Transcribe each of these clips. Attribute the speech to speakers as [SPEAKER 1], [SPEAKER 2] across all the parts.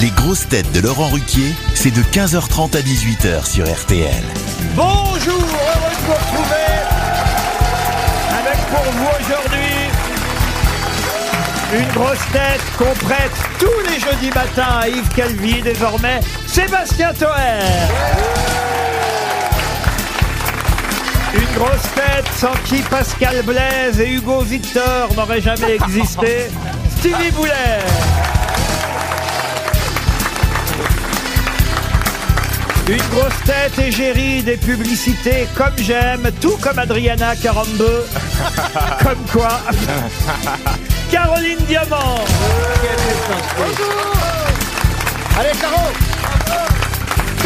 [SPEAKER 1] Les grosses têtes de Laurent Ruquier, c'est de 15h30 à 18h sur RTL.
[SPEAKER 2] Bonjour, heureux de vous retrouver avec pour vous aujourd'hui une grosse tête qu'on prête tous les jeudis matins à Yves Calvi désormais, Sébastien Toer. Une grosse tête sans qui Pascal Blaise et Hugo Victor n'auraient jamais existé, Stevie Boulet. Une grosse tête égérie des publicités comme j'aime, tout comme Adriana 42. comme quoi. Caroline Diamant. Allez, Caro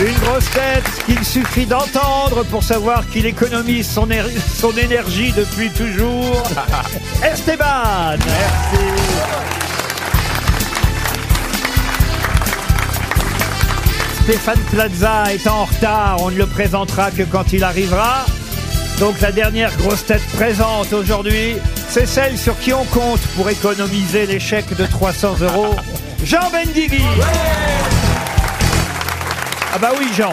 [SPEAKER 2] une grosse tête qu'il suffit d'entendre pour savoir qu'il économise son, ér- son énergie depuis toujours. Esteban Merci Stéphane Plaza est en retard, on ne le présentera que quand il arrivera. Donc la dernière grosse tête présente aujourd'hui, c'est celle sur qui on compte pour économiser l'échec de 300 euros, Jean Bendigui. ah bah oui Jean,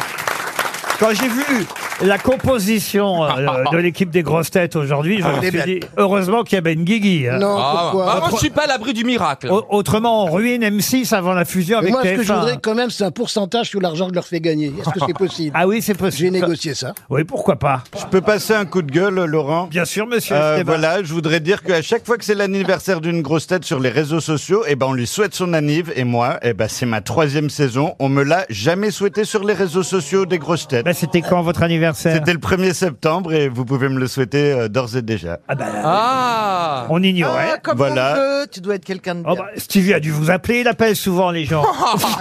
[SPEAKER 2] quand j'ai vu la composition euh, de l'équipe des grosses têtes aujourd'hui, je
[SPEAKER 3] Ah,
[SPEAKER 2] me suis dit heureusement qu'il y a Bendigui. hein.
[SPEAKER 3] Non,
[SPEAKER 4] Ah,
[SPEAKER 3] pourquoi
[SPEAKER 4] bah, moi, je suis pas à l'abri du miracle.
[SPEAKER 3] Oh.
[SPEAKER 4] Oh,
[SPEAKER 3] Au- Autrement, on ruine M6 avant la fusion Mais avec Moi, ce que TF1. je voudrais quand même, c'est un pourcentage sur l'argent que je leur fais gagner. Est-ce que c'est possible Ah oui, c'est possible. J'ai négocié ça. Oui, pourquoi pas
[SPEAKER 5] Je peux passer un coup de gueule, Laurent
[SPEAKER 3] Bien sûr, monsieur.
[SPEAKER 5] Euh,
[SPEAKER 3] Esteban.
[SPEAKER 5] voilà, je voudrais dire qu'à chaque fois que c'est l'anniversaire d'une grosse tête sur les réseaux sociaux, eh ben on lui souhaite son anniv. Et moi, eh ben c'est ma troisième saison. On me l'a jamais souhaité sur les réseaux sociaux des grosses têtes.
[SPEAKER 3] Bah, c'était quand votre anniversaire
[SPEAKER 5] C'était le 1er septembre et vous pouvez me le souhaiter euh, d'ores et déjà.
[SPEAKER 3] Ah bah,
[SPEAKER 4] Ah
[SPEAKER 3] on ignorait.
[SPEAKER 5] voilà.
[SPEAKER 6] tu dois être quelqu'un de
[SPEAKER 3] Oh bah, Stevie a dû vous appeler, il appelle souvent les gens.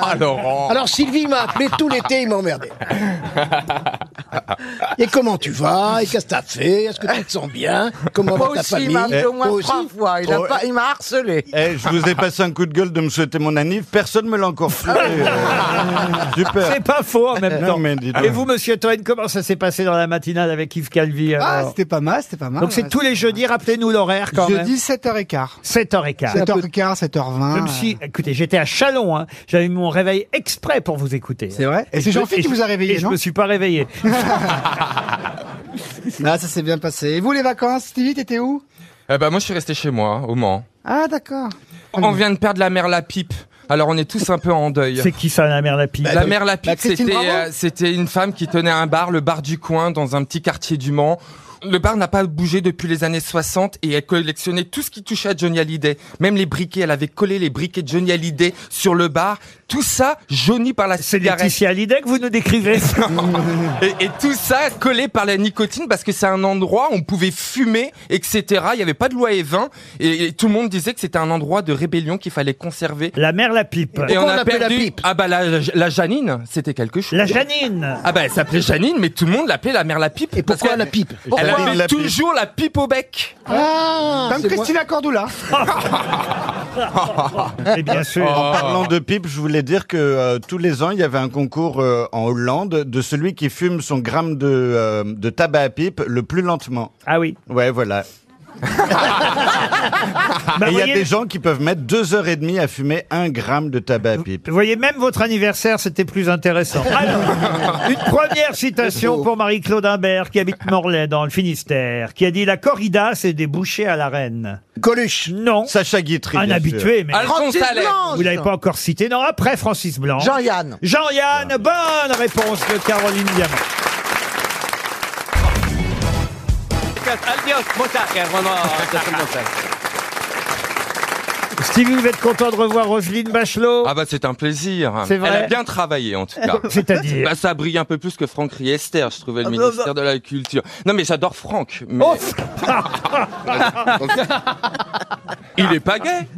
[SPEAKER 4] Ah, Laurent
[SPEAKER 3] Alors, Alors, s- Sylvie m'a appelé tout l'été, il m'emmerdait. Et comment tu vas Et qu'est-ce que t'as fait Est-ce que tu te sens bien Comment va
[SPEAKER 6] Moi aussi,
[SPEAKER 3] ta
[SPEAKER 6] il
[SPEAKER 3] famille
[SPEAKER 6] m'a appelé au
[SPEAKER 3] Toi
[SPEAKER 6] moins
[SPEAKER 3] aussi
[SPEAKER 6] trois fois. Il, a
[SPEAKER 5] Oh,
[SPEAKER 6] pas- il m'a harcelé.
[SPEAKER 5] Eh, je vous ai passé un coup de gueule de me souhaiter mon anniv. Personne me l'a encore souhaité. euh, Super.
[SPEAKER 3] C'est pas faux en même
[SPEAKER 5] Non,
[SPEAKER 3] temps.
[SPEAKER 5] mais dis donc.
[SPEAKER 3] Et vous, monsieur Toen, comment ça s'est passé dans la matinale avec Yves Calvi
[SPEAKER 7] Ah,
[SPEAKER 3] alors
[SPEAKER 7] c'était pas mal, c'était pas mal.
[SPEAKER 3] Donc, c'est tous les jeudis, rappelez-nous l'horaire quand même.
[SPEAKER 7] Jeudi, Ah. 7h15. Ah,
[SPEAKER 3] 7h15.
[SPEAKER 7] 7h15, 7h20.
[SPEAKER 3] Même si, écoutez, j'étais à Chalon, hein. j'avais mis mon réveil exprès pour vous écouter.
[SPEAKER 7] C'est vrai Et c'est
[SPEAKER 3] je-
[SPEAKER 7] Jean-Philippe qui
[SPEAKER 3] je-
[SPEAKER 7] vous a réveillé,
[SPEAKER 3] Et je
[SPEAKER 7] non
[SPEAKER 3] me suis pas réveillé.
[SPEAKER 7] Ah, ça s'est bien passé. Et vous, les vacances, Stevie, t'étais où
[SPEAKER 4] Eh ben, moi, je suis resté chez moi, au Mans.
[SPEAKER 7] Ah, d'accord.
[SPEAKER 4] On vient de perdre la mère la pipe. Alors, on est tous un peu en deuil.
[SPEAKER 3] C'est qui ça, la mère Lapie
[SPEAKER 4] La mère la
[SPEAKER 7] bah,
[SPEAKER 4] pipe,
[SPEAKER 7] Christine
[SPEAKER 4] c'était
[SPEAKER 7] Bravo
[SPEAKER 4] euh, c'était une femme qui tenait un bar, le bar du coin, dans un petit quartier du Mans. Le bar n'a pas bougé depuis les années 60 et elle collectionnait tout ce qui touchait à Johnny Hallyday. Même les briquets, elle avait collé les briquets de Johnny Hallyday sur le bar. Tout ça jauni par la
[SPEAKER 3] C'est
[SPEAKER 4] cigarette.
[SPEAKER 3] Laetitia Hallyday que vous nous décrivez
[SPEAKER 4] Et, et tout ça collé par la nicotine parce que c'est un endroit où on pouvait fumer, etc. Il n'y avait pas de loi Evin et, et tout le monde disait que c'était un endroit de rébellion qu'il fallait conserver.
[SPEAKER 3] La mère la pipe.
[SPEAKER 4] et
[SPEAKER 6] on l'appelait la pipe
[SPEAKER 4] ah bah la, la Janine, c'était quelque chose.
[SPEAKER 3] La Janine.
[SPEAKER 4] Ah bah elle s'appelait Janine, mais tout le monde l'appelait la mère la pipe.
[SPEAKER 3] Et
[SPEAKER 4] parce
[SPEAKER 3] pourquoi
[SPEAKER 4] qu'elle-
[SPEAKER 3] la pipe
[SPEAKER 4] Elle
[SPEAKER 5] Pourquoi
[SPEAKER 4] avait
[SPEAKER 5] la pipe
[SPEAKER 4] toujours la pipe au bec.
[SPEAKER 7] Comme Christina Cordula.
[SPEAKER 3] Et bien sûr.
[SPEAKER 7] Oh.
[SPEAKER 5] En parlant de pipe, je voulais dire que euh, tous les ans, il y avait un concours euh, en Hollande de celui qui fume son gramme de, euh, de tabac à pipe le plus lentement.
[SPEAKER 3] Ah oui.
[SPEAKER 5] Ouais, voilà.
[SPEAKER 3] Bah,
[SPEAKER 5] Et il y a
[SPEAKER 3] voyez-
[SPEAKER 5] des gens qui peuvent mettre deux heures et demie à fumer un gramme de tabac à pipe.
[SPEAKER 3] Vous voyez, même votre anniversaire, c'était plus intéressant. Alors, une première citation pour Marie-Claude Imbert, qui habite Morlaix, dans le Finistère, qui a dit « La corrida, c'est des bouchées à la reine. Coluche. Non.
[SPEAKER 5] Sacha Guitry.
[SPEAKER 3] Un
[SPEAKER 5] bien sûr.
[SPEAKER 3] habitué, mais
[SPEAKER 4] Alphonse
[SPEAKER 6] Francis
[SPEAKER 4] Allais.
[SPEAKER 6] Blanche.
[SPEAKER 3] vous l'avez pas encore cité. Non, après Francis Blanc.
[SPEAKER 6] Jean-Yann.
[SPEAKER 3] Jean-Yann, bonne réponse de Caroline Diamant. Stevie, vous êtes content de revoir Roselyne Bachelot
[SPEAKER 4] Ah bah c'est un plaisir.
[SPEAKER 3] C'est vrai.
[SPEAKER 4] Elle a bien travaillé en tout cas.
[SPEAKER 3] C'est-à-dire
[SPEAKER 4] Bah, ça brille un peu plus que Franck Riester, je trouvais,
[SPEAKER 8] Ah, bah,
[SPEAKER 4] le ministère de la Culture. Non, mais j'adore Franck. Mais...
[SPEAKER 8] Oh
[SPEAKER 4] il est pas gay.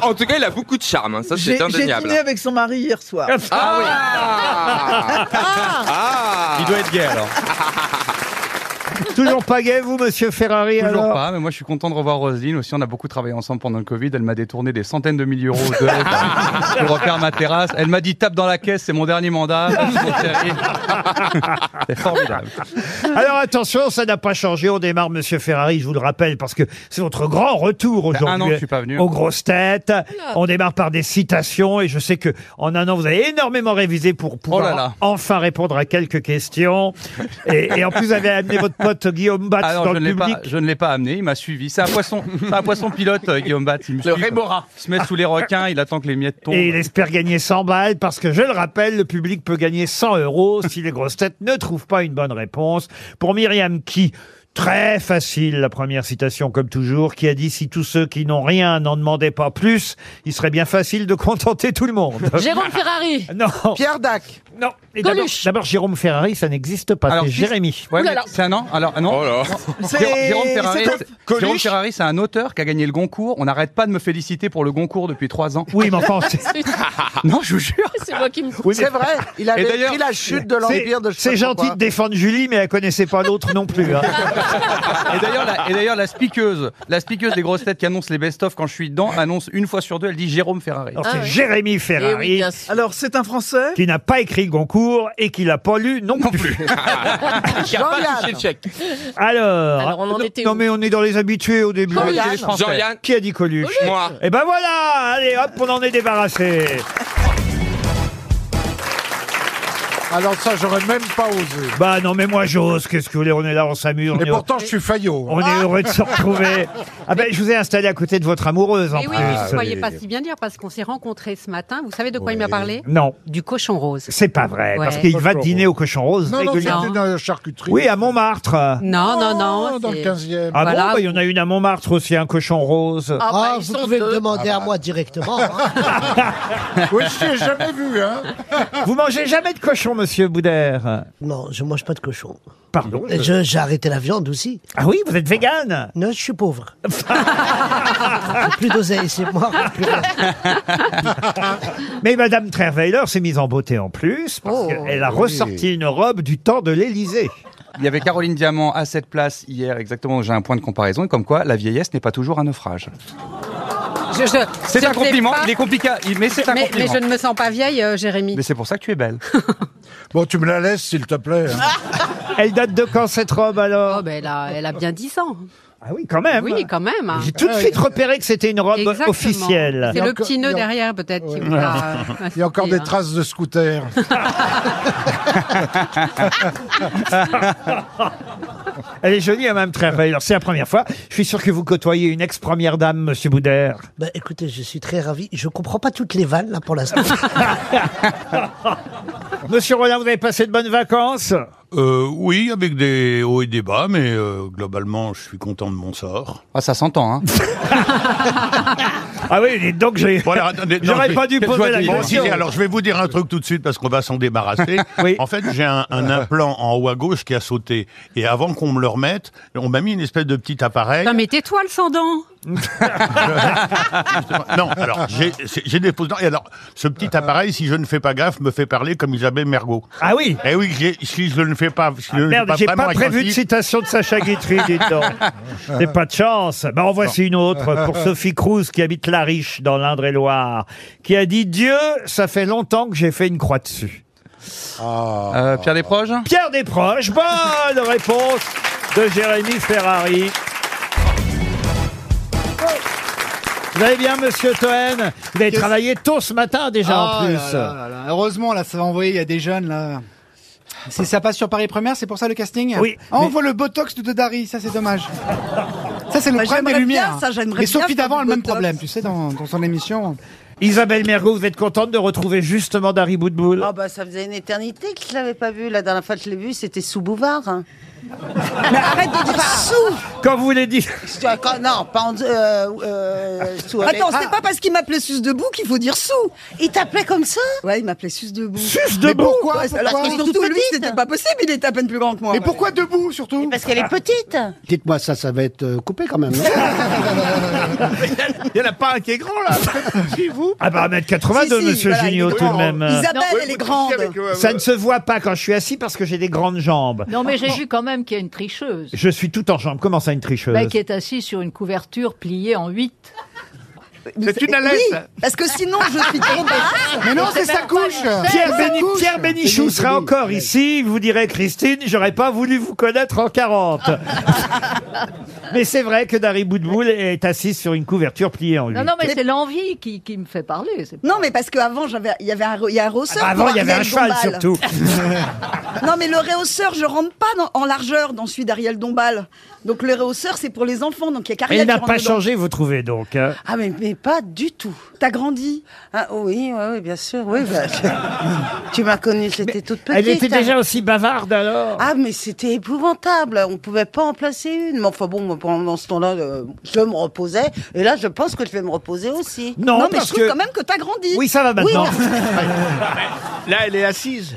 [SPEAKER 4] En tout cas, il a beaucoup de charme, hein, ça c'est indéniable.
[SPEAKER 6] avec son mari hier soir.
[SPEAKER 4] Ah oui Ah,
[SPEAKER 5] Il doit être gay alors.
[SPEAKER 3] Bah, Toujours pas gay, vous, monsieur Ferrari,
[SPEAKER 9] Toujours
[SPEAKER 3] alors
[SPEAKER 9] pas, mais moi je suis content de revoir Roselyne aussi. On a beaucoup travaillé ensemble pendant le Covid. Elle m'a détourné des centaines de milliers d'euros de l'aide pour refaire ma terrasse. Elle m'a dit tape dans la caisse, c'est mon dernier mandat. Merci, mon chéri. C'est formidable.
[SPEAKER 3] Alors attention, ça n'a pas changé. On démarre, monsieur Ferrari, je vous le rappelle, parce que c'est votre grand retour aujourd'hui.
[SPEAKER 9] Bah, an que je suis pas venu.
[SPEAKER 3] Aux grosses têtes. On démarre par des citations et je sais que en un an, vous avez énormément révisé pour pouvoir
[SPEAKER 9] Oh là là.
[SPEAKER 3] enfin répondre à quelques questions. et, et en plus, vous avez amené votre pote Guillaume Batz
[SPEAKER 9] Ah non,
[SPEAKER 3] dans
[SPEAKER 9] je
[SPEAKER 3] le
[SPEAKER 9] ne l'ai
[SPEAKER 3] public.
[SPEAKER 9] pas, je ne l'ai pas amené, il m'a suivi. C'est un poisson, c'est un poisson pilote, euh, Guillaume Batz. Il me
[SPEAKER 8] Le
[SPEAKER 9] suit.
[SPEAKER 8] Rémora.
[SPEAKER 9] Il se met sous les requins, il attend que les miettes tombent.
[SPEAKER 3] Et il espère gagner 100 balles parce que, je le rappelle, le public peut gagner 100 euros si les grosses têtes ne trouvent pas une bonne réponse. Pour Myriam qui Très facile, la première citation, comme toujours, qui a dit si tous ceux qui n'ont rien n'en demandaient pas plus, il serait bien facile de contenter tout le monde.
[SPEAKER 10] Jérôme Ferrari.
[SPEAKER 3] non,
[SPEAKER 8] Pierre Dac.
[SPEAKER 3] non. Et d'abord-
[SPEAKER 10] Coluche.
[SPEAKER 3] D'abord, Jérôme Ferrari, ça n'existe pas.
[SPEAKER 9] Alors,
[SPEAKER 3] C'est
[SPEAKER 9] qui-
[SPEAKER 3] Jérémy.
[SPEAKER 9] Ouais,
[SPEAKER 10] Ouh là
[SPEAKER 9] mais
[SPEAKER 10] là.
[SPEAKER 9] c'est un an Alors, ah non
[SPEAKER 11] Oh là
[SPEAKER 9] Jérôme- Jérôme Ferrari,
[SPEAKER 8] c'est un-
[SPEAKER 9] c'est-
[SPEAKER 8] Coluche.
[SPEAKER 9] Jérôme Ferrari, c'est un auteur qui a gagné le Goncourt. On n'arrête pas de me féliciter pour le Goncourt depuis trois ans.
[SPEAKER 3] Oui, mais enfin, c'est-
[SPEAKER 9] Non, je vous jure.
[SPEAKER 10] C'est moi qui me
[SPEAKER 3] oui, mais
[SPEAKER 8] C'est vrai, il avait
[SPEAKER 9] d'ailleurs,
[SPEAKER 8] écrit la chute de l'Empire de je sais
[SPEAKER 3] c'est
[SPEAKER 8] pas
[SPEAKER 3] gentil
[SPEAKER 8] quoi.
[SPEAKER 3] de défendre Julie, mais elle connaissait pas l'autre non plus. hein.
[SPEAKER 10] Ah,
[SPEAKER 9] Et d'ailleurs, la, et d'ailleurs, la speakeuse, la speakeuse des grosses têtes qui annonce les best-of quand je suis dedans, annonce une fois sur deux, elle dit Jérôme Ferrari.
[SPEAKER 3] Alors,
[SPEAKER 10] Ah
[SPEAKER 3] c'est
[SPEAKER 10] ouais.
[SPEAKER 3] Jérémy
[SPEAKER 10] Eh oui,
[SPEAKER 3] Ferrari.
[SPEAKER 10] bien sûr.
[SPEAKER 8] Alors, c'est un Français
[SPEAKER 3] qui n'a pas écrit Goncourt et qui l'a pas lu non, plus.
[SPEAKER 8] Jean-Yann.
[SPEAKER 3] Alors,
[SPEAKER 10] Alors, on en
[SPEAKER 3] non,
[SPEAKER 10] était
[SPEAKER 3] non,
[SPEAKER 10] où
[SPEAKER 3] mais on est dans les habitués au début.
[SPEAKER 9] Je vais
[SPEAKER 10] Jean-Yann.
[SPEAKER 9] dire les Français.
[SPEAKER 11] Jean-Yann,
[SPEAKER 3] Qui a dit Coluche
[SPEAKER 11] moi.
[SPEAKER 3] Et ben voilà, allez hop, on en est débarrassé.
[SPEAKER 5] Alors ça, j'aurais même pas osé.
[SPEAKER 3] Bah non, mais moi j'ose, qu'est-ce que vous voulez, on est là, on s'amuse, on,
[SPEAKER 5] Et
[SPEAKER 3] est,
[SPEAKER 5] pourtant, je suis faillot. hein.
[SPEAKER 3] on est heureux de se retrouver. Ah ben, je vous ai installé à côté de votre amoureuse en
[SPEAKER 7] Et oui,
[SPEAKER 3] plus.
[SPEAKER 7] mais vous ne croyez pas si bien dire parce qu'on s'est rencontrés ce matin. Vous savez de quoi il m'a parlé
[SPEAKER 3] Non,
[SPEAKER 7] Du cochon rose.
[SPEAKER 3] c'est pas vrai,
[SPEAKER 7] Ouais.
[SPEAKER 3] parce qu'il va
[SPEAKER 5] Cochon
[SPEAKER 3] dîner au cochon rose
[SPEAKER 5] Non, non,
[SPEAKER 3] régulièrement.
[SPEAKER 5] c'était dans la charcuterie.
[SPEAKER 3] Oui, à Montmartre. Ah
[SPEAKER 7] Non, non, non.
[SPEAKER 5] Dans le
[SPEAKER 7] c'est-
[SPEAKER 5] 15e.
[SPEAKER 3] bon,
[SPEAKER 7] Voilà.
[SPEAKER 3] bah, il y en a une à Montmartre aussi, un cochon rose.
[SPEAKER 10] Ah, bah, ils
[SPEAKER 5] vous
[SPEAKER 10] sont
[SPEAKER 5] pouvez me
[SPEAKER 10] deux.
[SPEAKER 5] demander à moi directement. Ah, bah.
[SPEAKER 3] hein.
[SPEAKER 5] oui, je t'ai jamais vu. Hein.
[SPEAKER 3] Vous mangez jamais de cochon, monsieur Boudère
[SPEAKER 5] Non, je mange pas de cochon.
[SPEAKER 3] Pardon
[SPEAKER 5] J'ai arrêté la viande aussi.
[SPEAKER 3] Ah oui, vous êtes végane
[SPEAKER 5] Non, je suis pauvre. J'ai plus d'oseille, c'est moi.
[SPEAKER 3] Mais Madame Trerweiler s'est mise en beauté en plus, parce
[SPEAKER 7] Oh.
[SPEAKER 3] qu'elle a ressorti une robe du temps de l'Élysée.
[SPEAKER 9] Il y avait Caroline Diamant à cette place hier, exactement. J'ai un point de comparaison. Et comme quoi, la vieillesse n'est pas toujours un naufrage.
[SPEAKER 7] Je- je-
[SPEAKER 9] C'est
[SPEAKER 7] je
[SPEAKER 9] un
[SPEAKER 7] ne l'ai
[SPEAKER 9] compliment.
[SPEAKER 7] pas,
[SPEAKER 9] Il est compliqué, il- mais c'est un
[SPEAKER 7] mais, mais
[SPEAKER 9] compliment.
[SPEAKER 7] je ne me sens pas vieille, euh, Jérémy.
[SPEAKER 9] Mais c'est pour ça que tu es belle.
[SPEAKER 5] Bon, tu me la laisses, s'il te plaît. hein.
[SPEAKER 3] Elle date de quand cette robe
[SPEAKER 7] Oh,
[SPEAKER 3] alors
[SPEAKER 7] ben elle, a, elle a bien 10 ans.
[SPEAKER 3] Ah oui, quand même.
[SPEAKER 7] Oui, quand même. hein.
[SPEAKER 3] J'ai tout de suite repéré que c'était une robe
[SPEAKER 7] Exactement.
[SPEAKER 3] officielle.
[SPEAKER 7] C'est le
[SPEAKER 5] encore-
[SPEAKER 7] petit nœud
[SPEAKER 5] il y a-
[SPEAKER 7] derrière, peut-être. qui vous a, euh,
[SPEAKER 5] Il y a encore
[SPEAKER 7] inspiré,
[SPEAKER 5] des
[SPEAKER 7] hein.
[SPEAKER 5] traces de scooter.
[SPEAKER 3] Elle est jolie, hein, Madame Trerweiler. C'est la première fois. Je suis sûr que vous côtoyez une ex-première dame, monsieur Boudère.
[SPEAKER 12] hein.
[SPEAKER 5] Bah, écoutez, je suis très ravi. Je comprends pas toutes les vannes là pour l'instant.
[SPEAKER 3] Monsieur Rollin, vous avez passé de bonnes vacances
[SPEAKER 5] Euh, oui, avec des hauts et des bas, mais euh, globalement, je suis content de mon sort.
[SPEAKER 9] Ah, ça s'entend, hein.
[SPEAKER 3] Ah oui, dites donc j'ai.
[SPEAKER 5] Bon, alors, attendez, non,
[SPEAKER 3] J'aurais
[SPEAKER 5] mais-
[SPEAKER 3] pas dû
[SPEAKER 9] Quelle
[SPEAKER 3] poser
[SPEAKER 9] joie
[SPEAKER 3] la
[SPEAKER 9] de
[SPEAKER 5] Bon,
[SPEAKER 9] vivre.
[SPEAKER 3] question.
[SPEAKER 5] si, alors je vais vous dire un truc tout de suite parce qu'on va s'en débarrasser.
[SPEAKER 3] Oui.
[SPEAKER 5] En fait, j'ai un, un implant en haut à gauche qui a sauté. Et avant qu'on me le remette, on m'a mis une espèce de petit appareil.
[SPEAKER 7] Non, mais tais-toi, le sans-dents.
[SPEAKER 5] Non, alors j'ai c'est- j'ai des fausses dents. Et alors, ce petit appareil, si je ne fais pas gaffe, me fait parler comme Isabelle Mergot.
[SPEAKER 3] Ah oui
[SPEAKER 5] Eh oui, j'ai- si je ne fais pas, si je ne suis
[SPEAKER 3] Ah, Merde, j'ai pas,
[SPEAKER 5] vraiment
[SPEAKER 3] prévu de
[SPEAKER 5] attentif-
[SPEAKER 3] citation de Sacha Guitry, dites donc. C'est pas de chance. Ben, en voici une autre pour Sophie Cruz, qui habite La Riche, dans l'Indre-et-Loire, qui a dit Dieu, ça fait longtemps que j'ai fait une croix dessus.
[SPEAKER 9] Euh, Pierre Desproges
[SPEAKER 3] Pierre Desproges, bonne réponse de Jérémy Ferrari. Vous allez bien, monsieur Toen Vous avez
[SPEAKER 12] Qu'est-ce-
[SPEAKER 3] travaillé tôt ce matin déjà en
[SPEAKER 12] Oh
[SPEAKER 3] plus.
[SPEAKER 12] là là là là. Heureusement, là, ça va envoyer, il y a des jeunes, là.
[SPEAKER 5] Ah.
[SPEAKER 12] Si ça passe sur Paris Première, c'est pour ça le casting
[SPEAKER 3] Oui,
[SPEAKER 12] Ah, on
[SPEAKER 3] mais-
[SPEAKER 12] voit le Botox de Dari, ça c'est dommage. Ça c'est le
[SPEAKER 8] Bah,
[SPEAKER 12] problème des
[SPEAKER 8] j'aimerais bien,
[SPEAKER 12] lumières.
[SPEAKER 8] ça, j'aimerais
[SPEAKER 12] Mais
[SPEAKER 8] bien
[SPEAKER 12] Sophie
[SPEAKER 8] faire
[SPEAKER 12] d'avant a
[SPEAKER 8] du
[SPEAKER 12] le même
[SPEAKER 8] Botox.
[SPEAKER 12] problème, tu sais, dans, dans son émission.
[SPEAKER 3] Isabelle Mergo, vous êtes contente de retrouver justement Dari Boudboul
[SPEAKER 10] Ah bah ça faisait une éternité que je l'avais pas vu. La dernière fois que je l'ai vu, c'était sous Bouvard. hein.
[SPEAKER 8] Mais arrête de dire sous
[SPEAKER 3] Quand vous voulez dire.
[SPEAKER 10] Je dis, ah, quand- Non, pas en- euh, euh, sous.
[SPEAKER 8] Attends,
[SPEAKER 10] Ah,
[SPEAKER 8] c'est pas parce qu'il m'appelait Sus debout qu'il faut dire sous.
[SPEAKER 10] Il t'appelait comme ça
[SPEAKER 8] Ouais, Bah, il m'appelait Sus debout.
[SPEAKER 3] Juste debout
[SPEAKER 8] Ouais, alors que
[SPEAKER 10] Pourquoi
[SPEAKER 8] surtout
[SPEAKER 10] Toute
[SPEAKER 8] lui,
[SPEAKER 10] petite.
[SPEAKER 8] c'était pas possible, il était à peine plus grand que moi.
[SPEAKER 12] Mais pourquoi debout surtout
[SPEAKER 10] Parce qu'elle est petite.
[SPEAKER 3] euh,
[SPEAKER 5] Dites-moi ça, ça va être coupé quand même.
[SPEAKER 2] Il n'y en a pas un qui est grand, là vous Ah bah 1m82,
[SPEAKER 3] Si, si,
[SPEAKER 2] monsieur
[SPEAKER 3] voilà, il est
[SPEAKER 2] Gignot, tout de
[SPEAKER 3] grand.
[SPEAKER 2] même.
[SPEAKER 3] Isabelle,
[SPEAKER 2] Non,
[SPEAKER 3] elle est grande. Ça ne se voit pas quand je suis assis parce que j'ai des grandes jambes.
[SPEAKER 13] Non, mais j'ai vu quand même qu'il y a une tricheuse.
[SPEAKER 3] Je suis tout en jambes. Comment ça, une tricheuse
[SPEAKER 13] Bah, qui est assise sur une couverture pliée en 8.
[SPEAKER 3] C'est une alerte.
[SPEAKER 13] Oui, parce que sinon je suis trop basse.
[SPEAKER 7] Mais non, c'est sa couche.
[SPEAKER 3] Pierre,
[SPEAKER 7] C'est sa
[SPEAKER 3] Béni-
[SPEAKER 7] couche.
[SPEAKER 3] Pierre Bénichou
[SPEAKER 7] Béni-
[SPEAKER 3] sera
[SPEAKER 7] Béni-
[SPEAKER 3] encore ici. Il vous dirait, Christine, j'aurais pas voulu vous connaître en 40. mais c'est vrai que Dari Boudboul est assise sur une couverture pliée en 8.
[SPEAKER 13] Non, non, mais c'est l'envie qui, qui me fait parler. c'est-
[SPEAKER 6] Non, mais parce qu'avant, j'avais- il y avait un, re- il y a un rehausseur.
[SPEAKER 3] Avant,
[SPEAKER 6] pour
[SPEAKER 3] il y avait un
[SPEAKER 6] Ariel
[SPEAKER 3] cheval,
[SPEAKER 6] Dombal.
[SPEAKER 3] surtout.
[SPEAKER 6] Non, mais le rehausseur, je rentre pas dans- en largeur dans celui d'Ariel Dombal. Donc le rehausseur, c'est pour les enfants. Donc il y a
[SPEAKER 3] Et
[SPEAKER 6] Cariel
[SPEAKER 3] il n'a
[SPEAKER 6] qui rentre
[SPEAKER 3] pas
[SPEAKER 6] dedans.
[SPEAKER 3] changé, vous trouvez, donc. hein
[SPEAKER 8] Ah mais, mais pas du tout.
[SPEAKER 6] T'as grandi
[SPEAKER 8] Ah oui, oui, oui, bien sûr, oui. bah, tu m'as connue, j'étais toute petite.
[SPEAKER 3] Elle était
[SPEAKER 8] hein.
[SPEAKER 3] déjà aussi bavarde, alors
[SPEAKER 8] Ah mais c'était épouvantable, on pouvait pas en placer une. Mais enfin bon, moi, pendant ce temps-là, euh, je me reposais et là je pense que je vais me reposer aussi.
[SPEAKER 6] Non, mais je trouve quand même que t'as grandi.
[SPEAKER 3] Oui, ça va maintenant.
[SPEAKER 2] Là, elle est assise.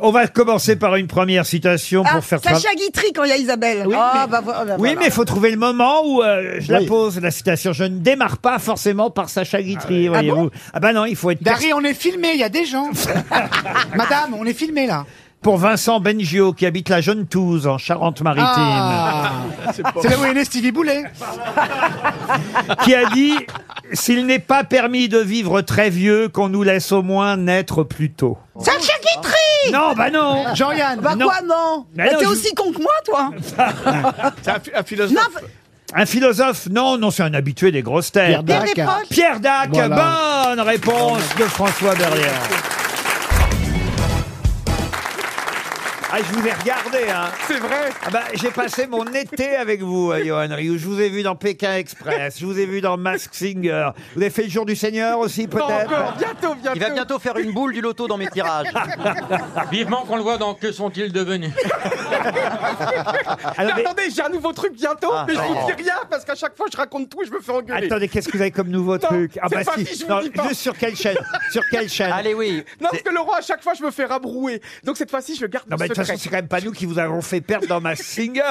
[SPEAKER 3] On va commencer par une première citation pour
[SPEAKER 6] Ah,
[SPEAKER 3] faire
[SPEAKER 6] Sacha
[SPEAKER 3] trava-
[SPEAKER 6] Guitry quand il y a Isabelle.
[SPEAKER 8] Oui,
[SPEAKER 6] Ah,
[SPEAKER 8] mais-
[SPEAKER 6] bah, voilà,
[SPEAKER 3] Oui,
[SPEAKER 6] voilà.
[SPEAKER 3] mais il faut trouver le moment où euh, je la
[SPEAKER 6] Oui.
[SPEAKER 3] pose, la citation. Je ne démarre pas forcément par Sacha Guitry,
[SPEAKER 7] Ah
[SPEAKER 3] voyez-vous.
[SPEAKER 7] bon
[SPEAKER 3] Ah, bah non, il faut être...
[SPEAKER 7] Dari, on est filmé, il y a des gens. Madame, on est filmé là.
[SPEAKER 3] Pour Vincent Bengio, qui habite la Jeune Touze, en Charente-Maritime.
[SPEAKER 7] Ah. C'est là où est né Stevie Boulet.
[SPEAKER 3] qui a dit S'il n'est pas permis de vivre très vieux, qu'on nous laisse au moins naître plus tôt.
[SPEAKER 6] Sacha Guitry
[SPEAKER 3] Non, bah non. Jean-Yann,
[SPEAKER 6] Bah
[SPEAKER 3] non.
[SPEAKER 6] quoi, non
[SPEAKER 3] Bah
[SPEAKER 6] Bah,
[SPEAKER 3] non,
[SPEAKER 6] T'es
[SPEAKER 3] je-
[SPEAKER 6] aussi con que moi, toi
[SPEAKER 2] C'est un, phi- un philosophe.
[SPEAKER 3] Un philosophe Non, non, c'est un habitué des grosses têtes.
[SPEAKER 2] Pierre Dac. Pierre Desproges.
[SPEAKER 3] Pierre Dac,
[SPEAKER 2] Voilà.
[SPEAKER 3] bonne réponse de François Berlière. Ah, je vous ai regardé, hein. C'est vrai. j'ai passé mon été avec vous, euh, Johan Rioux. Je vous ai vu dans Pékin Express. Je vous ai vu dans Mask Singer. Vous avez fait le jour du Seigneur aussi, peut-être.
[SPEAKER 9] bientôt, bientôt. Il va bientôt faire une boule du loto dans mes tirages.
[SPEAKER 14] Vivement qu'on le voit dans Que sont-ils devenus
[SPEAKER 3] Alors, Ah mais-
[SPEAKER 9] Attendez, j'ai un nouveau truc bientôt,
[SPEAKER 3] Ah,
[SPEAKER 9] mais je vous
[SPEAKER 3] non.
[SPEAKER 9] dis rien parce qu'à chaque fois je raconte tout et je me fais engueuler.
[SPEAKER 3] Attendez, qu'est-ce que vous avez comme nouveau truc Ah bah,
[SPEAKER 9] c'est pas si, je vous
[SPEAKER 3] Non,
[SPEAKER 9] dis pas.
[SPEAKER 3] juste sur quelle chaîne Sur quelle chaîne Allez, oui.
[SPEAKER 9] Non, parce que le roi, à chaque fois, je me fais rabrouer. Donc cette fois-ci, je garde
[SPEAKER 3] Non,
[SPEAKER 9] le
[SPEAKER 3] mais de toute
[SPEAKER 9] secret.
[SPEAKER 3] façon, c'est quand même pas nous qui vous avons fait perdre dans Mask Singer.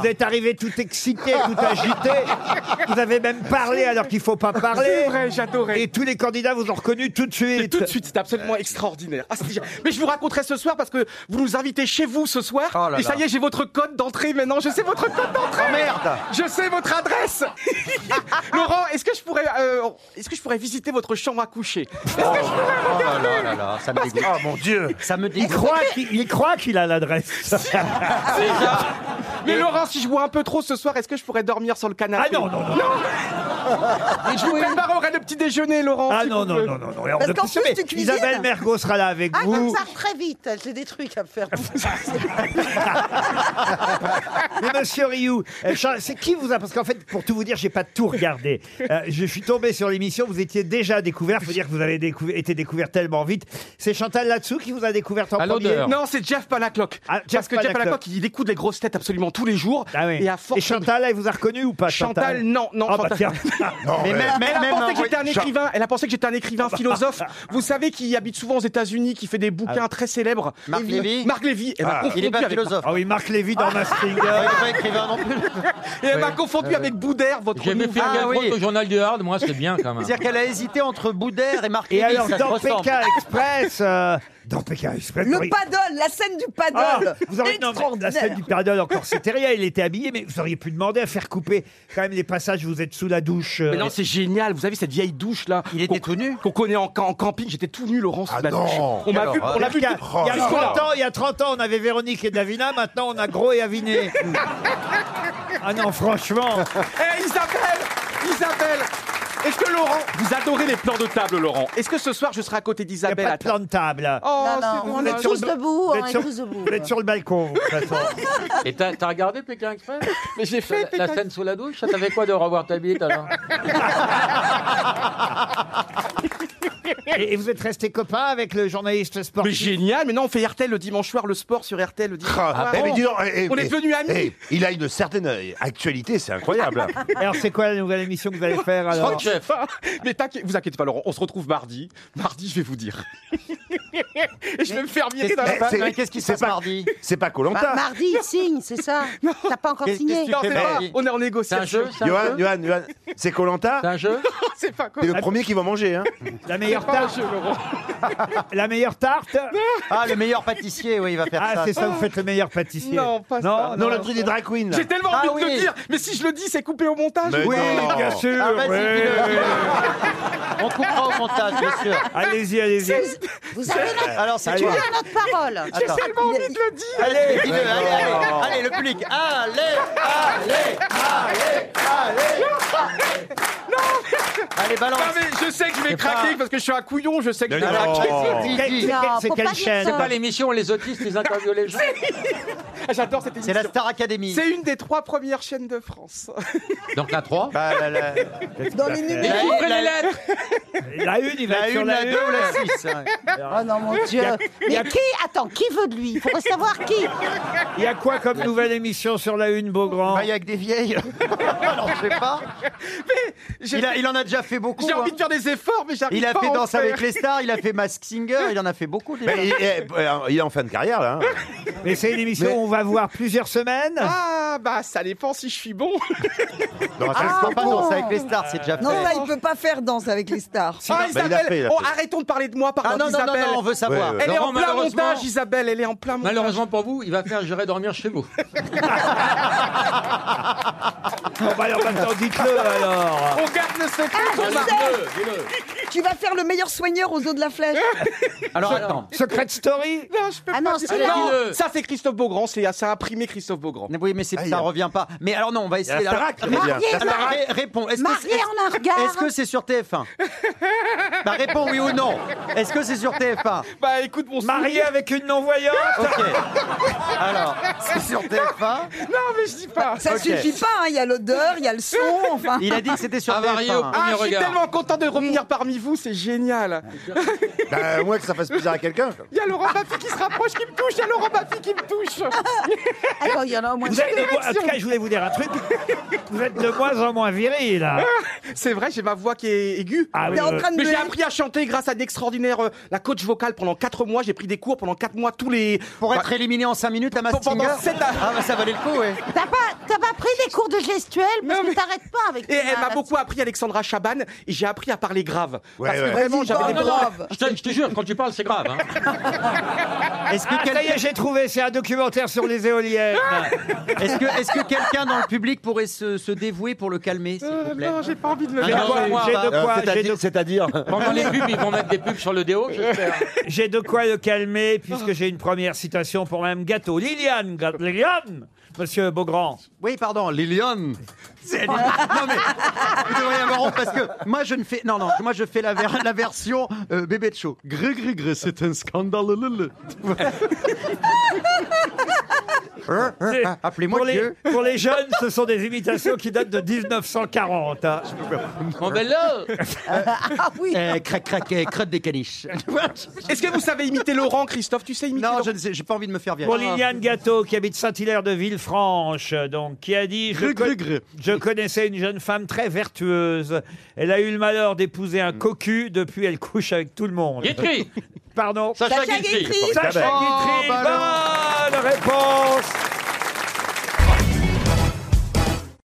[SPEAKER 3] Vous êtes arrivé tout excité, tout agité. Vous avez même parlé alors qu'il faut pas parler.
[SPEAKER 9] C'est vrai, j'adorais.
[SPEAKER 3] Et tous les candidats vous ont reconnu tout de
[SPEAKER 9] Et
[SPEAKER 3] suite.
[SPEAKER 9] tout de suite, c'était absolument extraordinaire. Ah, c'était génial. mais je vous raconterai ce soir parce que vous nous invitez chez vous ce soir.
[SPEAKER 3] Oh
[SPEAKER 14] là
[SPEAKER 9] et ça
[SPEAKER 14] là.
[SPEAKER 9] y est, j'ai votre code d'entrée maintenant. Je sais votre code d'entrée.
[SPEAKER 3] Ah,
[SPEAKER 9] merde Je sais votre adresse. Laurent, est-ce que je pourrais, euh, est-ce que je pourrais visiter votre chambre à coucher Est-ce que je pourrais regarder
[SPEAKER 14] ça me dégoûte. mon Dieu Ça me
[SPEAKER 3] Il croit qu'il il croit qu'il a l'adresse.
[SPEAKER 9] Ah, Mais Laurent, si je bois un peu trop ce soir, est-ce que je pourrais dormir sur le canapé Ah non, non, non, Je vous préparerai le petit déjeuner, Laurent.
[SPEAKER 3] Ah
[SPEAKER 9] si
[SPEAKER 3] non,
[SPEAKER 9] vous
[SPEAKER 3] non,
[SPEAKER 9] voulez.
[SPEAKER 3] non, non, non. Et on ne peut- mais Isabelle Mergot sera là avec
[SPEAKER 8] Ah,
[SPEAKER 3] vous.
[SPEAKER 8] ça part très vite, j'ai des trucs à me faire.
[SPEAKER 3] Mais monsieur Rioux, euh, Charles, c'est qui vous a Parce qu'en fait, pour tout vous dire, j'ai pas tout regardé. Euh, je suis tombé sur l'émission, vous étiez déjà découvert. Faut dire que vous avez décou- été découvert tellement vite. C'est Chantal là-dessous qui vous a découvert en premier.
[SPEAKER 9] Non, c'est Jeff Panaclock.
[SPEAKER 3] Ah, Jeff
[SPEAKER 9] Parce que Jeff
[SPEAKER 3] Panaclock.
[SPEAKER 9] Panaclock, il écoute les grosses têtes absolument tous les jours. Et à force.
[SPEAKER 3] Ah Et Chantal, elle vous a reconnu ou pas Chantal,
[SPEAKER 9] Chantal, non, non,
[SPEAKER 3] Ah, bah,
[SPEAKER 9] Chantal.
[SPEAKER 3] tiens.
[SPEAKER 9] mais même, elle a
[SPEAKER 3] même
[SPEAKER 9] pensé
[SPEAKER 3] un-
[SPEAKER 9] que j'étais un
[SPEAKER 3] Chan-
[SPEAKER 9] écrivain. Elle a pensé que j'étais un écrivain philosophe. Vous savez qui habite souvent aux États-Unis, qui fait des bouquins
[SPEAKER 14] Ah.
[SPEAKER 9] très célèbres.
[SPEAKER 14] Marc
[SPEAKER 9] Et-
[SPEAKER 14] Lévy
[SPEAKER 9] Marc Lévy. eh ben, Elle m'a
[SPEAKER 14] Ah.
[SPEAKER 9] confondu
[SPEAKER 14] Il est pas
[SPEAKER 9] avec-
[SPEAKER 14] philosophe.
[SPEAKER 3] Ah oui, Marc Lévy dans Mask Singer.
[SPEAKER 9] Ah
[SPEAKER 14] Il est pas écrivain non plus.
[SPEAKER 9] Et elle
[SPEAKER 14] Oui.
[SPEAKER 9] m'a confondu
[SPEAKER 14] Euh,
[SPEAKER 9] avec Boudère, votre
[SPEAKER 14] J'ai fait
[SPEAKER 9] nouveau-
[SPEAKER 14] un
[SPEAKER 9] Ah oui.
[SPEAKER 14] au journal du Hard, moi c'est bien quand même.
[SPEAKER 9] C'est-à-dire
[SPEAKER 14] qu'elle a hésité entre Boudère et Marc
[SPEAKER 3] Et alors, dans Pékin Express, euh, dans Pékin Express,
[SPEAKER 6] Le
[SPEAKER 3] oui.
[SPEAKER 6] paddle, la scène du
[SPEAKER 3] Ah,
[SPEAKER 6] paddle
[SPEAKER 3] vous auriez non, mais la scène du paddle encore, c'était rien, il était habillé, mais vous auriez pu demander à faire couper quand même les passages, où vous êtes sous la douche. euh,
[SPEAKER 9] Mais non, c'est génial. Vous avez cette vieille douche là. Il était tout nu. Qu'on connaît en, en camping. J'étais tout nu, Laurent.
[SPEAKER 5] Ah
[SPEAKER 9] sous la
[SPEAKER 3] non.
[SPEAKER 9] douche. On m'a vu. On l'a vu.
[SPEAKER 3] Il y a, il y a
[SPEAKER 9] jusqu'au-
[SPEAKER 3] 30 ans, il y a 30 ans, on avait Véronique et Davina, maintenant on a Gros et Aviné. ah non, franchement.
[SPEAKER 9] Eh, Isabelle Isabelle Est-ce que Laurent, vous adorez les plans de table, Laurent Est-ce que ce soir je serai à côté d'Isabelle
[SPEAKER 3] Pas
[SPEAKER 9] à
[SPEAKER 3] de plan de table.
[SPEAKER 9] Oh,
[SPEAKER 8] Non, non,
[SPEAKER 9] c'est
[SPEAKER 8] on
[SPEAKER 9] dommage.
[SPEAKER 8] est tous debout,
[SPEAKER 3] vous
[SPEAKER 8] on
[SPEAKER 3] êtes
[SPEAKER 8] est
[SPEAKER 3] sur-
[SPEAKER 8] tous debout.
[SPEAKER 3] Vous êtes sur le balcon, de toute façon.
[SPEAKER 14] Et t'as t'as regardé Pékin Express
[SPEAKER 9] Mais j'ai fait
[SPEAKER 14] La,
[SPEAKER 9] Pékin-
[SPEAKER 14] scène sous la douche, ça t'avait quoi de revoir ta bite alors
[SPEAKER 3] Et, et vous êtes resté copain avec le journaliste sportif
[SPEAKER 9] Mais génial, mais non, on fait RTL le dimanche soir, le sport sur RTL le dimanche
[SPEAKER 3] Ah,
[SPEAKER 9] soir.
[SPEAKER 3] bah,
[SPEAKER 5] Eh, mais dis donc, eh, eh,
[SPEAKER 9] on
[SPEAKER 5] eh,
[SPEAKER 9] est devenus amis.
[SPEAKER 5] eh, il a une certaine euh, actualité, c'est incroyable.
[SPEAKER 3] Alors, c'est quoi la nouvelle émission que vous allez faire alors
[SPEAKER 9] Je sais pas. Mais t'inquiète, vous inquiétez pas, Laurent, on se retrouve mardi. Mardi, je vais vous dire. Et je vais me faire virer dans la face.
[SPEAKER 5] c'est pas- C'est pas Koh
[SPEAKER 8] Ma- Bah, mardi, il signe, c'est ça. T'as pas encore signé.
[SPEAKER 4] Eh
[SPEAKER 9] Non,
[SPEAKER 4] ben,
[SPEAKER 9] c'est pas- On est en négociation.
[SPEAKER 5] Johan, Johan, Johan, c'est Koh Lanta C'est un
[SPEAKER 9] jeu Non, c'est pas
[SPEAKER 5] T'es le premier qui va manger, hein
[SPEAKER 3] La
[SPEAKER 9] meilleure tâche, Laurent.
[SPEAKER 3] La meilleure tarte
[SPEAKER 4] Ah, le meilleur pâtissier, oui, il va faire
[SPEAKER 3] Ah,
[SPEAKER 4] ça.
[SPEAKER 3] c'est ça, vous faites le meilleur pâtissier.
[SPEAKER 9] Non, pas ça.
[SPEAKER 3] non,
[SPEAKER 9] Non,
[SPEAKER 3] non,
[SPEAKER 9] le truc
[SPEAKER 5] des drag queens.
[SPEAKER 9] J'ai tellement
[SPEAKER 4] Ah
[SPEAKER 9] envie de
[SPEAKER 4] oui.
[SPEAKER 9] le dire, mais si je le dis, c'est coupé au montage.
[SPEAKER 3] Oui,
[SPEAKER 9] Oh.
[SPEAKER 3] bien
[SPEAKER 9] Ah,
[SPEAKER 3] sûr. oui.
[SPEAKER 4] On coupera au montage, bien sûr.
[SPEAKER 3] Allez-y, allez-y.
[SPEAKER 8] Vous avez notre...
[SPEAKER 4] Alors, c'est
[SPEAKER 8] tu
[SPEAKER 4] quoi
[SPEAKER 8] viens notre parole.
[SPEAKER 9] J'ai tellement envie de le dire.
[SPEAKER 4] Allez, dis-le, allez, allez, allez, le public. Allez, allez, allez, allez. Allez, balance.
[SPEAKER 9] Non, mais je sais que je vais craquer parce que je suis un couillon, je sais que je vais
[SPEAKER 7] Mais non.
[SPEAKER 9] craquer.
[SPEAKER 3] Quel- c'est- c'est
[SPEAKER 8] faut
[SPEAKER 3] quelle
[SPEAKER 8] pas dire
[SPEAKER 3] chaîne Bah,
[SPEAKER 8] ça.
[SPEAKER 7] Pas l'émission, les autistes, ils interviewent les gens.
[SPEAKER 9] Ah, J'adore cette émission.
[SPEAKER 4] C'est la Star Academy.
[SPEAKER 9] C'est une des trois premières chaînes de France.
[SPEAKER 7] Donc la 3.
[SPEAKER 4] Bah, la, la,
[SPEAKER 8] Dans les numéros.
[SPEAKER 7] Les chiffres et
[SPEAKER 4] la-
[SPEAKER 7] les lettres.
[SPEAKER 3] La une, il va
[SPEAKER 4] la
[SPEAKER 3] être sur
[SPEAKER 4] une,
[SPEAKER 3] la
[SPEAKER 4] la
[SPEAKER 3] une.
[SPEAKER 4] deux ou la six. hein.
[SPEAKER 8] Oh non, mon Dieu. Mais qui Attends, qui veut de lui Il faudrait savoir qui.
[SPEAKER 3] Il y a quoi comme nouvelle émission sur la une, Beaugrand
[SPEAKER 4] Bah, il y a que des vieilles. Alors, je sais pas.
[SPEAKER 9] J'ai
[SPEAKER 4] Il, a- il en a déjà fait beaucoup.
[SPEAKER 9] j'ai
[SPEAKER 4] hein.
[SPEAKER 9] envie de faire des efforts, mais j'arrive
[SPEAKER 4] Il a
[SPEAKER 9] pas
[SPEAKER 4] fait
[SPEAKER 9] à en
[SPEAKER 4] Danse avec
[SPEAKER 9] faire.
[SPEAKER 4] les stars, il a fait Mask Singer, il en a fait beaucoup. déjà.
[SPEAKER 5] Mais il, eh, euh, il est en fin de carrière, là. hein.
[SPEAKER 3] Mais c'est une émission
[SPEAKER 5] Mais-
[SPEAKER 3] où on va voir plusieurs semaines.
[SPEAKER 9] Ah, bah, ça dépend si je suis bon.
[SPEAKER 5] Non,
[SPEAKER 4] Ah,
[SPEAKER 5] ça-
[SPEAKER 4] c'est pas
[SPEAKER 8] bon.
[SPEAKER 4] Danse avec les stars, c'est déjà fait.
[SPEAKER 15] Non, là, il peut pas faire danse avec les stars.
[SPEAKER 9] Ah,
[SPEAKER 5] bah, il a
[SPEAKER 9] Isabelle,
[SPEAKER 5] fait, il a
[SPEAKER 9] oh,
[SPEAKER 5] fait.
[SPEAKER 9] arrêtons de parler de moi, pardon,
[SPEAKER 4] Ah non, non, non,
[SPEAKER 9] d'Isabelle.
[SPEAKER 4] non, on veut savoir.
[SPEAKER 5] Ouais, ouais.
[SPEAKER 9] Elle est
[SPEAKER 7] Laurent,
[SPEAKER 9] en plein
[SPEAKER 7] malheureusement-
[SPEAKER 9] montage, Isabelle, elle est en plein montage.
[SPEAKER 7] Malheureusement pour vous, il va faire J'irai dormir chez vous.
[SPEAKER 3] Bon, bah, alors maintenant, dites-le alors. Ah.
[SPEAKER 9] On garde le secret,
[SPEAKER 15] je
[SPEAKER 9] Thomas.
[SPEAKER 15] sais. Tu vas faire le meilleur soigneur aux eaux de la flèche.
[SPEAKER 4] Alors attends.
[SPEAKER 3] Secret Story
[SPEAKER 9] Non, je peux
[SPEAKER 8] Ah
[SPEAKER 9] pas
[SPEAKER 8] non,
[SPEAKER 9] dire-
[SPEAKER 8] c'est là.
[SPEAKER 9] Non, ça c'est Christophe Beaugrand, c'est c'est imprimé Christophe Beaugrand.
[SPEAKER 4] Oui, mais c'est-
[SPEAKER 5] Ah, il y
[SPEAKER 4] ça
[SPEAKER 5] a-
[SPEAKER 4] revient pas. Mais alors non, on va essayer.
[SPEAKER 5] Il y a la
[SPEAKER 4] alors-
[SPEAKER 5] Starac,
[SPEAKER 4] Alors,
[SPEAKER 5] il y a
[SPEAKER 8] Marié,
[SPEAKER 4] alors, ré- réponds. Est-ce que
[SPEAKER 8] marié
[SPEAKER 4] c'est-
[SPEAKER 8] en un regard.
[SPEAKER 4] est-ce que c'est sur TF1 Bah réponds oui ou non. Est-ce que Eh, c'est sur TF1
[SPEAKER 9] Bah écoute mon
[SPEAKER 3] Marié
[SPEAKER 9] sourire-
[SPEAKER 3] avec une non-voyante
[SPEAKER 4] Ok. Alors, c'est sur TF1.
[SPEAKER 9] Non mais je dis pas.
[SPEAKER 15] Ça
[SPEAKER 4] Ok.
[SPEAKER 15] suffit pas, hein, il y a l'odeur, il y a le son, enfin.
[SPEAKER 4] Il a dit que c'était sur
[SPEAKER 7] Avarié
[SPEAKER 4] TF1.
[SPEAKER 7] au-
[SPEAKER 9] Ah, je suis
[SPEAKER 7] Premier regard.
[SPEAKER 9] tellement content de revenir parmi vous, c'est génial.
[SPEAKER 5] Bah, au moins que ça fasse plaisir à quelqu'un. quoi.
[SPEAKER 9] Il y a Laurent Baffy qui se rapproche, qui me touche, il y a Laurent Baffy qui me touche.
[SPEAKER 8] Attends, Ah il y en a au moins
[SPEAKER 3] Vous êtes de moins- En tout cas, je voulais vous dire un truc. Vous êtes de moins en moins viril, hein. là.
[SPEAKER 9] C'est vrai, j'ai ma voix qui est aiguë.
[SPEAKER 3] Ah oui,
[SPEAKER 15] T'es en
[SPEAKER 3] euh,
[SPEAKER 15] train de
[SPEAKER 9] Mais j'ai
[SPEAKER 15] me-
[SPEAKER 9] appris à chanter grâce à d'extraordinaires euh, la coach vocale pendant 4 mois, j'ai pris des cours pendant 4 mois tous les
[SPEAKER 4] Pour être éliminé en 5 minutes à Mask
[SPEAKER 9] Pendant
[SPEAKER 4] Singer
[SPEAKER 9] sept ans.
[SPEAKER 4] Ah bah ça valait le coup, ouais.
[SPEAKER 8] T'as pas, t'as pas pris des cours de gestuelle parce
[SPEAKER 9] Non,
[SPEAKER 8] que
[SPEAKER 9] mais-
[SPEAKER 8] t'arrêtes pas
[SPEAKER 15] Eh,
[SPEAKER 8] avec
[SPEAKER 9] Et elle
[SPEAKER 8] Thomas,
[SPEAKER 9] m'a
[SPEAKER 8] là.
[SPEAKER 9] beaucoup appris Alexandra Chaban et j'ai appris à parler grave.
[SPEAKER 5] Ouais,
[SPEAKER 9] Parce que
[SPEAKER 5] ouais.
[SPEAKER 8] Ah
[SPEAKER 9] vraiment,
[SPEAKER 15] Vas-y,
[SPEAKER 9] j'avais
[SPEAKER 15] parle
[SPEAKER 9] des droits.
[SPEAKER 15] grave.
[SPEAKER 7] Je te, je te jure, quand tu parles, c'est grave. hein.
[SPEAKER 4] Est-ce que
[SPEAKER 3] Ah, ça y
[SPEAKER 4] quelqu'un
[SPEAKER 3] est, j'ai trouvé, c'est un documentaire sur les éoliennes.
[SPEAKER 4] Ah, est-ce que, est-ce que quelqu'un dans le public pourrait se, se dévouer pour le calmer, s'il vous plaît
[SPEAKER 9] Non, j'ai pas envie de le
[SPEAKER 4] Ah,
[SPEAKER 3] J'ai
[SPEAKER 9] faire.
[SPEAKER 3] de
[SPEAKER 4] non,
[SPEAKER 3] quoi-
[SPEAKER 4] mais moi,
[SPEAKER 3] j'ai
[SPEAKER 4] bah,
[SPEAKER 3] de quoi-
[SPEAKER 5] Euh,
[SPEAKER 3] j'ai
[SPEAKER 5] c'est-à-dire-
[SPEAKER 3] de-
[SPEAKER 5] C'est-à-dire.
[SPEAKER 7] Pendant les pubs, ils vont mettre des pubs sur le déo, j'espère.
[SPEAKER 3] J'ai de quoi le calmer, puisque j'ai une première citation pour Mme Gâteau. Liliane, Ga- Liliane, monsieur Beaugrand.
[SPEAKER 4] Oui, pardon, Liliane. C'est- Non mais il devrait y avoir honte parce que moi je ne fais non non moi je fais la, ver- la version euh, bébé de show. Gré gré gré, c'est un scandale. le, le. Hein, hein, hein, Appelez-moi
[SPEAKER 3] pour, les,
[SPEAKER 4] Dieu.
[SPEAKER 3] pour les jeunes, ce sont des imitations qui datent de 1940. hein.
[SPEAKER 7] Mon bello
[SPEAKER 8] Ah oui.
[SPEAKER 9] Eh,
[SPEAKER 4] Euh, crac crac euh, crotte des caniches.
[SPEAKER 9] Est-ce que vous savez imiter Laurent, Christophe Tu sais imiter
[SPEAKER 4] non,
[SPEAKER 9] Laurent
[SPEAKER 4] je ne sais, j'ai pas envie de me faire
[SPEAKER 3] Pour
[SPEAKER 4] virer.
[SPEAKER 3] Liliane Gâteau, qui habite Saint-Hilaire de Villefranche, donc, qui a dit je,
[SPEAKER 4] Gré,
[SPEAKER 3] con-
[SPEAKER 4] gré, gré.
[SPEAKER 3] je connaissais une jeune femme très vertueuse. Elle a eu le malheur d'épouser un cocu, depuis elle couche avec tout le monde.
[SPEAKER 7] Guitry
[SPEAKER 3] Pardon
[SPEAKER 7] Sacha
[SPEAKER 15] Sacha
[SPEAKER 7] Guitry
[SPEAKER 15] Guitry.
[SPEAKER 3] Sacha
[SPEAKER 5] Isabelle.
[SPEAKER 3] Guitry,
[SPEAKER 4] Oh, bah
[SPEAKER 3] bonne réponse